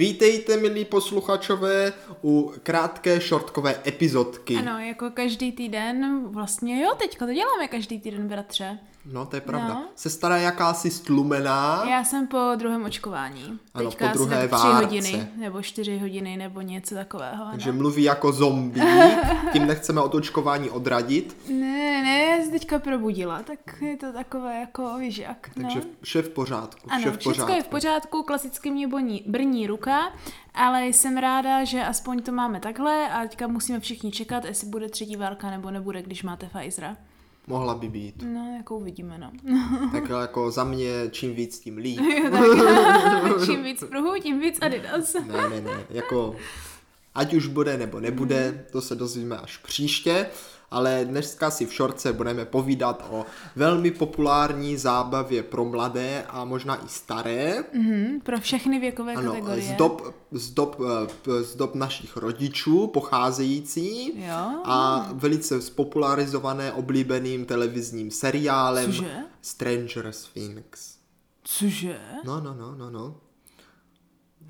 Vítejte, milí posluchačové, u krátké shortkové epizodky. Ano, jako každý týden, vlastně jo, teďka to děláme každý týden, bratře. No, to je pravda. No. Sestra je jakási stlumená. Já jsem po druhém očkování. Ano, teďka po druhé asi tak várce. tři hodiny, nebo čtyři hodiny, nebo něco takového. ano. Takže mluví jako zombie, tím nechceme od očkování odradit, Ne, ne, já se teďka probudila, tak je to takové jako, víš jak, takže no. vše v pořádku, Ano, vše v všechno pořádku. je v pořádku, klasicky mě boní, brní ruka, ale jsem ráda, že aspoň to máme takhle a teďka musíme všichni čekat, jestli bude třetí válka nebo nebude, když máte Pfizera. Mohla by být. No, jako uvidíme, no. Tak jako za mě čím víc, tím líp. Čím víc pruhů, tím víc Adidas. Ne, ne, ne, jako ať už bude nebo nebude, to se dozvíme až příště, ale dneska si v šorce budeme povídat o velmi populární zábavě pro mladé a možná i staré. Mhm, pro všechny věkové Ano, kategorie. z dob, z, dob, eh, p- z dob našich rodičů pocházející Jo. a velice spopularizované oblíbeným televizním seriálem Cože? Stranger Things. Cože? No, no, no, no, no.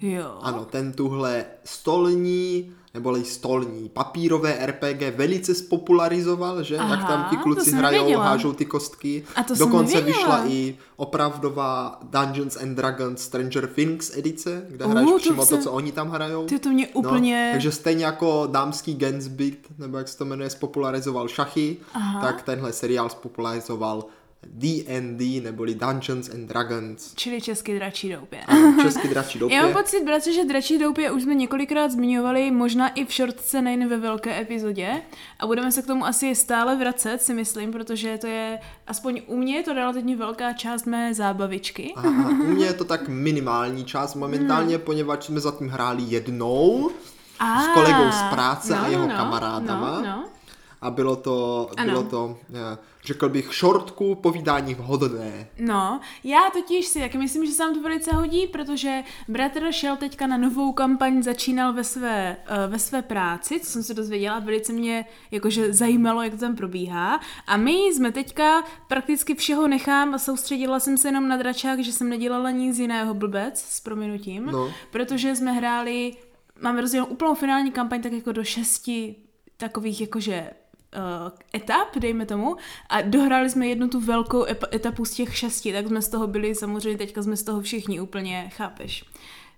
Jo. Ano, ten tuhle stolní, neboli stolní, papírové RPG velice spopularizoval, že? Aha, Jak Aha, tam ti to kluci jsem hrajou, nevěděla. hážou ty kostky. A to jsem Dokonce nevěděla. vyšla i opravdová Dungeons and Dragons Stranger Things edice, kde Uh, hraješ to přímo to, jsem- co oni tam hrajou. Ty to mě úplně... No, takže stejně jako dámský Gensbit, nebo jak se to jmenuje, spopularizoval šachy, Aha. tak tenhle seriál spopularizoval D&D, neboli Dungeons and Dragons. Čili český dračí doupě. Ano, Český dračí doupě. Já mám pocit, bratře, že dračí doupě už jsme několikrát zmiňovali, možná i v šortce, nejen ve velké epizodě. A budeme se k tomu asi stále vracet, si myslím, protože to je, aspoň u mě je to relativně velká část mé zábavičky. Aha, aha. u mě je to tak minimální část Hmm. momentálně, poněvadž jsme zatím hráli jednou A, s kolegou z práce a no, jeho no, kamarádama. No, no. a bylo to, Ano. bylo to, eh, řekl bych, šortku povídání vhodné. No, já totiž si taky myslím, že se nám to velice hodí, protože bratr šel teďka na novou kampaň, začínal ve své, eh, ve své práci, co jsem se dozvěděla, velice mě jakože zajímalo, jak to tam probíhá. A my jsme teďka prakticky všeho nechám a soustředila jsem se jenom na dračák, že jsem nedělala nic jiného blbec, s prominutím, No. protože jsme hráli, máme rozdělenou úplnou finální kampaň, tak jako do šesti takových jakože uh, etap, dejme tomu, a dohráli jsme jednu tu velkou ep- etapu z těch šesti, tak jsme z toho byli, samozřejmě teďka jsme z toho všichni úplně, chápeš,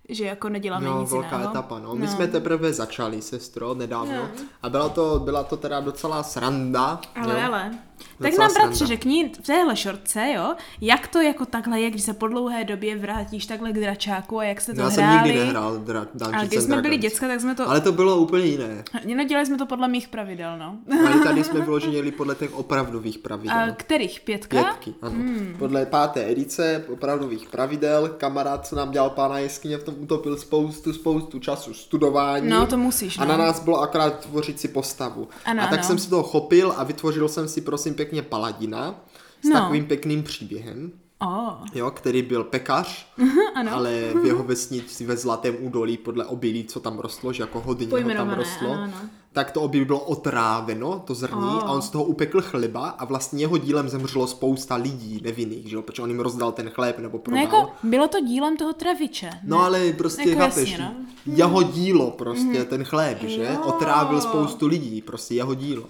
že jako neděláme No, nic velká jiného. etapa, no. My jsme teprve začali, sestro, nedávno. A byla to, byla to teda docela sranda. Ale, jo. ale. Docela Tak nám bratře sranda. řekni v téhle šortce, jo, jak to jako takhle je, když se po dlouhé době vrátíš takhle k dračáku a jak jste to No, Já jsem hráli. nikdy nehrál dra- Dungeons Ale když and jsme byli Dragons. děcka, tak jsme to... Ale to bylo úplně jiné. No, dělali jsme to podle mých pravidel, no. Ale tady jsme vyloženě jeli podle těch opravdových pravidel. A kterých? Pětka? Hmm. Pětky, ano. Podle páté edice opravdových pravidel, kamarád, co nám dělal pána jeskyně, v tom utopil spoustu, spoustu času studování. No, to musíš, A na no. nás bylo akorát tvořit si postavu. Ano, a tak ano. jsem si toho chopil a vytvořil jsem si, prosím, pěkně paladina s No. takovým pěkným příběhem. Oh. Jo, který byl pekař, ano. ale v jeho vesnici ve Zlatém údolí podle obilí, co tam rostlo, že jako hodně ho tam Pojmenované, rostlo, ano, ano. tak to obilí bylo otráveno, to zrní, Oh. a on z toho upekl chleba a vlastně jeho dílem zemřelo spousta lidí nevinných, že jo, protože on jim rozdal ten chléb nebo No prodal. jako bylo to dílem toho traviče. ne? No ale prostě, Jako chápeš, jasně, Mhm. jeho dílo prostě, ten chléb, že? Jo. Otrávil spoustu lidí, prostě jeho dílo.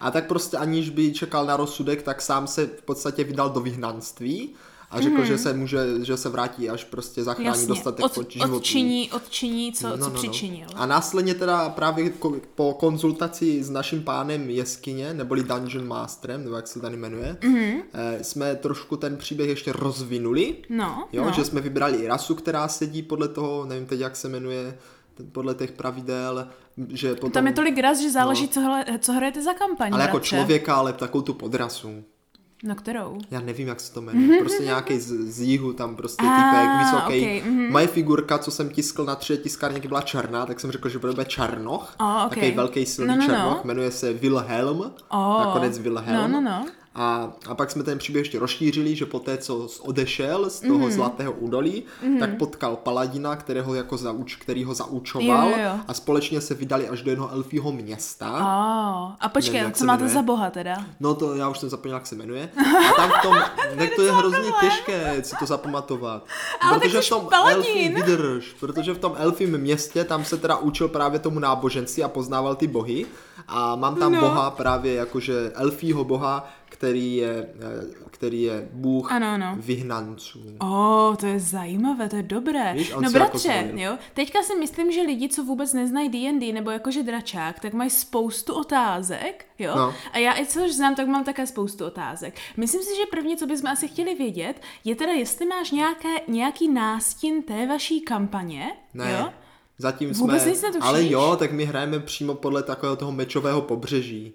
A tak prostě aniž by čekal na rozsudek, tak sám se v podstatě vydal do vyhnanství a řekl, že se může, že se vrátí až prostě zachrání Mhm. Jasně. dostatek Od, pod životů. No, odčiní, odčiní, co, co přičinil. A následně teda právě ko- po konzultaci s naším pánem Jeskyně, neboli Dungeon Masterem, nebo jak se tady jmenuje, Mhm. mm-hmm. jsme trošku ten příběh ještě rozvinuli. No, Jo, no. že jsme vybrali i rasu, která sedí podle toho, nevím teď, jak se jmenuje, t- podle těch pravidel, že potom... Tam je tolik raz, že záleží, No. co, hle, co hrajete za kampaň, ale jako bratře. člověka, ale takovou tu podrasu. No kterou? Já nevím, jak se to jmenuje. Prostě nějaký z, z jihu, tam prostě Mhm, Ah, typek vysoký. okej, mhm. Moje figurka, co jsem tiskl na tři tiskárně, byla černá, tak jsem řekl, že bude černoch. A, Ah, okej. Takový velký silný No, no, no. černoch, jmenuje se Wilhelm. Oh. Nakonec Wilhelm. No, no, no. A, a pak jsme ten příběh ještě rozšířili, že poté, co s- odešel z toho Mhm. mm. zlatého údolí, mm. tak potkal paladina, kterého jako zauč, který ho zaučoval Jo, jo, jo. a společně se vydali až do jednoho elfího města. Oh, a počkej, Nevím, jak co se máte jmenuje. za boha teda? No to já už jsem zapomněl, jak se jmenuje. A tam v tom, tak to je hrozně těžké si to zapamatovat. Ale tak jsi paladin. elfím, vydrž, protože v tom elfím městě tam se teda učil právě tomu náboženství a poznával ty bohy. A mám tam No. no. boha právě jakože elfího boha, který je, eh, který je bůh Ano, ano. vyhnanců. O, oh, to je zajímavé, to je dobré. Víš, on no se jako bratře, zvolil. jo, teďka si myslím, že lidi, co vůbec neznají D&D nebo jakože dračák, tak mají spoustu otázek, jo? No. A já i což znám, tak mám také spoustu otázek. Myslím si, že první, co bychom asi chtěli vědět, je teda, jestli máš nějaké, nějaký nástin té vaší kampaně, Ne. jo? Zatím Vůbec jsme, nic netušíš? ale jo, tak my hrajeme přímo podle takového toho mečového pobřeží.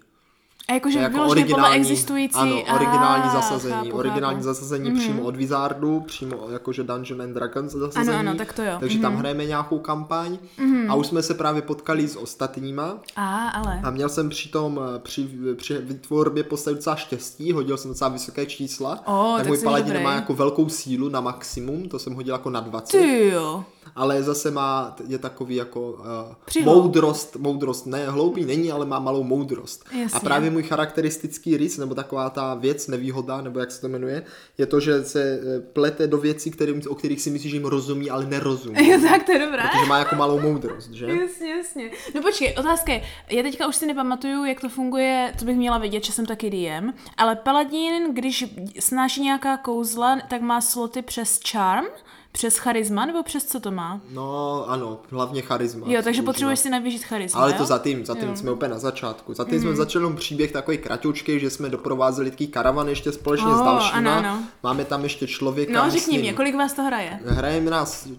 A jakože To je jako vyloženě podle existující... ano, originální Ah, zasazení, chápu, originální chápu. Mhm. zasazení mm-hmm. přímo od Wizardu, přímo jakože Dungeon and Dragons zasazení. ano, tak to jo. Mhm. Takže mm-hmm. tam hrajeme nějakou kampaň mm-hmm. a už jsme se právě potkali s ostatníma A, ale... a měl jsem přitom eh, při, při vytvorbě postavy docela štěstí, hodil jsem docela vysoké čísla, O, tak můj jsi paladin dobrý. má jako velkou sílu na maximum, to jsem hodil jako na 20 Ty jo. ale zase má, je takový jako uh, Přihloupý. moudrost, moudrost, ne, hloupý není, ale má malou moudrost. Jasně. A právě můj charakteristický rys, nebo taková ta věc, nevýhoda, nebo jak se to jmenuje, je to, že se eh, plete do věcí, kterým, o kterých si myslíš, že jim rozumí, ale nerozumí. Jo, tak to je dobré. Protože má jako malou moudrost, že? Jasně, jasně. No počkej, otázka je, já teďka už si nepamatuju, jak to funguje, to bych měla vědět, že jsem taky DM, ale paladin, když snáší nějaká kouzla, tak má sloty přes charm, přes charisma, nebo přes co to má? No, ano, hlavně charisma. Jo, takže Používá. potřebuješ si navýšit charisma, Ale jo? Mhm. to za tím, za tím jsme úplně na začátku. Za tím jsme začali jenom příběh takový kratoučký, že jsme doprovázeli takový karavan ještě společně Oh, s dalšíma. ano, ano. Máme tam ještě člověka. No, my s řekni ním- mě, kolik vás to hraje? Hrajeme nás, eh,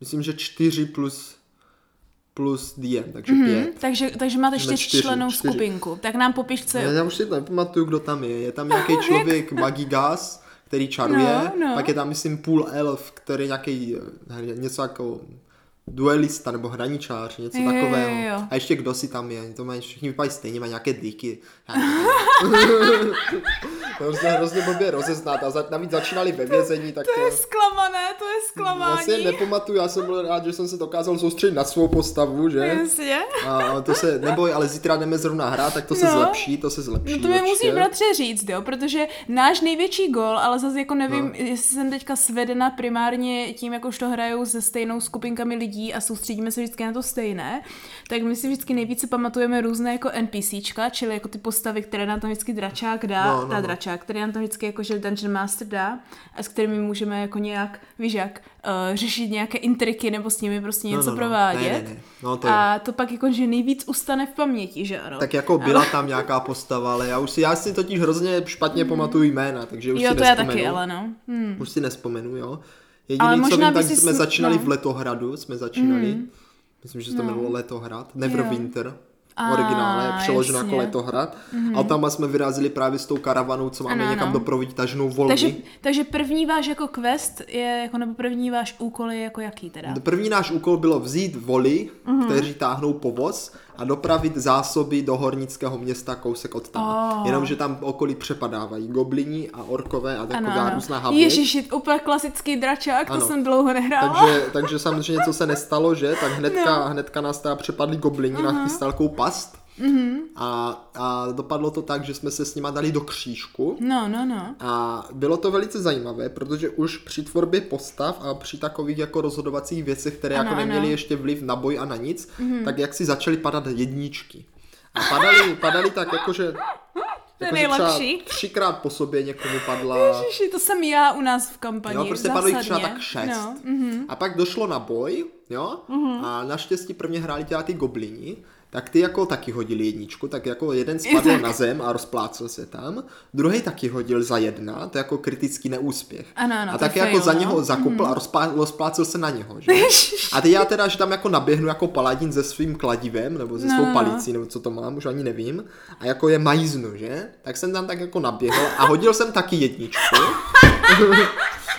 myslím, že čtyři plus, plus DM, takže Mhm. mm-hmm. pět. Takže, takže máte Jsme čtyři, čtyřčlennou čtyři. skupinku. Tak nám popiš, co Já, je. já už si to nepamatuju, kdo tam je. Je tam nějaký člověk Magigas, který čaruje, No, no. pak je tam, myslím, půl elf, který nějaký eh, něco jako duelista nebo hraničář, něco Jo, jo, takového. jo. A ještě kdo si tam je, to mají všichni vypadají stejně, mají nějaké dýky. Já nevím. to je hrozně blbě rozeznat a za, navíc začínali ve vězení, tak To je zklamané, to je zklamání. Vlastně nepamatuju, já jsem byl rád, že jsem se dokázal soustředit na svou postavu, že? Jasně. A to se, neboj, ale zítra jdeme zrovna hrát, tak to se No. zlepší, to se zlepší. No to mi určitě. musíš bratře říct, jo, protože náš největší gol, ale zase jako nevím, no. jestli jsem teďka svedena primárně tím, jak už to hrajou se stejnou skupinkami lidí a soustředíme se vždycky na to stejné, tak my si vždycky nejvíce pamatujeme různé jako NPCčka, čili jako ty postavy, které nám tam vždycky dračák dá, No, no, no, no, ta no. dračák, který nám tam vždycky jako, že Dungeon Master dá a s kterými můžeme jako nějak, víš jak, uh, řešit nějaké intriky nebo s nimi prostě něco no, no, no. provádět. Ne, ne, ne. No to A to pak jako, že nejvíc ustane v paměti, že ano? Tak jako byla tam nějaká postava, ale já už si, já si totiž hrozně špatně pamatuju jména, takže už jo, si to já nespomenu. taky, ale no. Hmm. Už si nespomenu, jo. Ale Jediný, co možná vím, by tak si jsme sm- začínali no. Mm. v Letohradu, jsme začínali. Myslím, že se to jmenovalo Letohrad, Neverwinter. A, originále, je přeloženo jasně. Mhm. jako Letohrad. A tam jsme vyrazili právě s tou karavanou, co máme Ano, někam ano. doprovodit tažnou volny. Takže, takže první váš jako quest je, jako, nebo první váš úkol je jako jaký teda? První náš úkol bylo vzít voli, Mhm. mm-hmm. kteří táhnou povoz a dopravit zásoby do hornického města kousek od tam. Oh. Jenomže tam okolí přepadávají goblini a orkové a Ano, taková ano. různá habě. Ježiši, úplně klasický dračák, Ano. to jsem dlouho nehrála. Takže, takže samozřejmě, co se nestalo, že? Tak hnedka, no. hnedka nás teda přepadli goblini uh-huh. na chystalkou past. Mhm. Mm-hmm. A, a dopadlo to tak, že jsme se s nima dali do křížku. No, no, no. A bylo to velice zajímavé, protože už při tvorbě postav a při takových jako rozhodovacích věcech, které ano, Ano, jako ano. Mhm. neměly ještě vliv na boj a na nic, mm-hmm. tak jak si začaly padat jedničky. A padaly, padaly tak jako, jakože... To je jakože třeba nejlepší. Třikrát po sobě někomu padla... Ježiši, to jsem já u nás v kampani. Jo, prostě zásadně. padlo jich třeba tak šest. No. Mhm. A pak došlo na boj, jo, a naštěstí pro mě hráli teda ty goblini, tak ty jako taky hodili jedničku, tak jako jeden spadl tak. na zem a rozplácel se tam, druhý taky hodil za jedna, to je jako kritický neúspěch. Ano, ano, a to tak je jako fail, za no. něho zakopl a rozplá, rozplácel se na něho, že? A teď já teda, že tam jako naběhnu jako paladin se svým kladivem, nebo se No, svou no, no. palicí, nebo co to mám, už ani nevím, a jako je majíznu, že? Tak jsem tam tak jako naběhl a hodil jsem taky jedničku.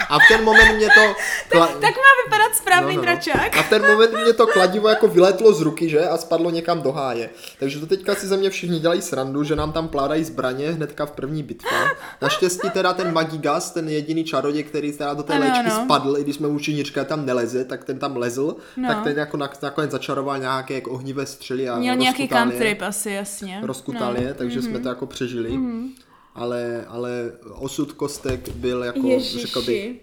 A v ten moment mě to... Kla... Tak má vypadat správný no, no, no. tračák. A v ten moment mě to kladivo jako vylétlo z ruky, že? A spadlo někam do háje. Takže to teďka si ze mě všichni dělají srandu, že nám tam pládají zbraně hnedka v první bitvě. Naštěstí teda ten Magigas, ten jediný čaroděj, který teda do té Ano, léčky ano. spadl, i když jsme mu činírka tam neleze, tak ten tam lezl, No. tak ten jako nak- nakonec začaroval nějaké jako ohnivé střely a Měl nějaký No. Mhm. rozkutal je cantrip asi, jasně. rozkutal je, takže jsme to jako přežili. Mhm. Ale, ale osud kostek byl jako, řekl bych, Ježiši.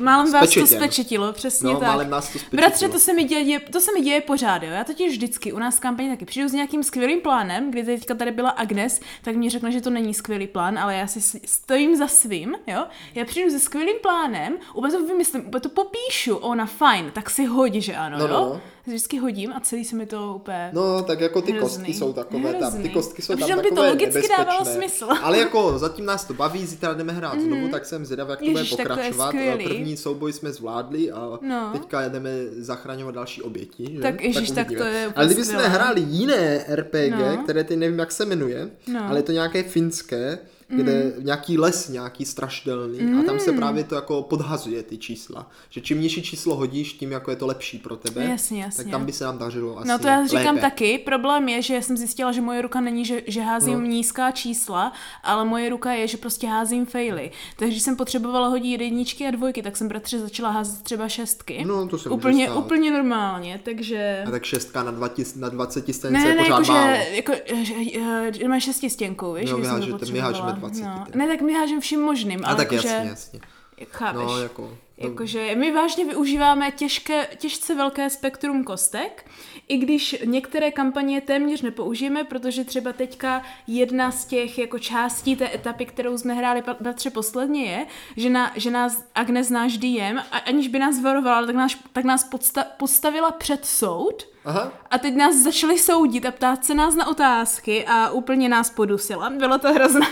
Málem vás to Spečetěn. spečetilo, přesně No, tak. málem nás to spečetilo. Bratře, to se mi děje, to se mi děje pořád, jo. Já totiž vždycky u nás v kampani taky přijdu s nějakým skvělým plánem, kdy teďka tady byla Agnes, tak mi řekne, že to není skvělý plán, ale já si s- stojím za svým, jo. Já přijdu se skvělým plánem, úplně to vymyslím, úplně to popíšu, ona fajn, tak si hodí, že ano, No, jo. no. Vždycky hodím a celý se mi to úplně... No, tak jako ty Hrozný. kostky jsou takové tam. Ty Hrozný. kostky jsou A tam přitom by to takové logicky nebezpečné. dávalo smysl. Mm. Ale jako zatím nás to baví, zítra jdeme hrát znovu, tak jsem zvědav, jak to bude Ježiš, tak to je pokračovat. skvělý. První souboj jsme zvládli a No. teďka jdeme zachraňovat další oběti. Že? Tak ježiš, tak uvidíme. to je úplně Ale kdyby jsme skvělé. hráli jiné RPG, No. které ty nevím, jak se jmenuje, No. Mm. ale je to nějaké finské, kde nějaký les nějaký strašidelný a tam se právě to jako podhazuje ty čísla. Že čím nižší číslo hodíš, tím jako je to lepší pro tebe. Jasně, Tak jasně. tam by se nám dařilo asi No to já říkám lépe. taky. Problém je, že jsem zjistila, že moje ruka není, že, že házím No. no. nízká čísla, ale moje ruka je, že prostě házím faily. Takže když jsem potřebovala hodit jedničky a dvojky, tak jsem bratře začala házet třeba šestky. No, to se může úplně, stát. úplně normálně, takže... A tak šestka na, 20, na 20 stence Ne, ne, je ne, pořád jako, málo. že, jako, že, eh, že máš šestistěnku, víš, Jo, když jsem vyhážete- to my potřebovala. hážeme dvacítky no. teda. Ne, tak my hážeme vším možným, A ale tak jakože, jasně, jasně. jak chápeš. No, jako... Jako, Jakože my vážně využíváme těžké, těžce velké spektrum kostek, i když některé kampaně téměř nepoužijeme, protože třeba teďka jedna z těch jako částí té etapy, kterou jsme hráli pa- patře posledně je, že, na, že nás Agnes náš DM, a, aniž by nás varovala, tak nás, tak nás podsta- postavila před soud, Aha, a teď nás začali soudit a ptát se nás na otázky a úplně nás podusila. Bylo to hrozné.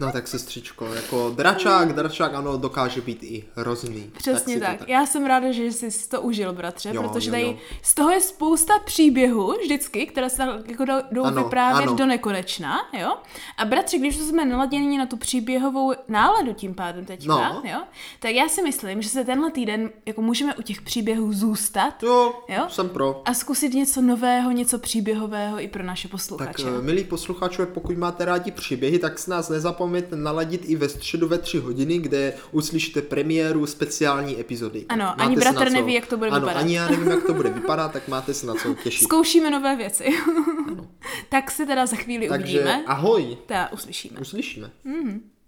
no tak sestřičko, jako dračák, dračák, ano, dokáže být i hrozný. Přesně si to tak. Já jsem ráda, že jsi to užil, bratře, Jo, jo, protože jo, tady jo. z toho je spousta příběhů vždycky, které se tak jako jdou- jdou Ano, ano, vyprávět ano. ano. do nekonečna, jo? A bratře, když už jsme naladěni na tu příběhovou náladu tím pádem teďka, No. jo? Tak já si myslím, že se tenhle týden jako můžeme u těch příběhů zůstat Jo, jo, Jo? jsem pro. a zkusit něco nového, něco příběhového i pro naše Tak, posluchače. eh, milí posluchačové, pokud máte rádi příběhy, tak se nás nezapomeňte naladit i ve středu ve tři hodiny, kde uslyšíte premiéru speciální epizody. Ano, Máte ani se na bratr co- neví, jak to bude ano, vypadat. ani já nevím, jak to bude vypadat, tak máte se na co těšit. Zkoušíme nové věci. tak se teda za chvíli Takže uvidíme. ahoj, Ta, uslyšíme. uslyšíme.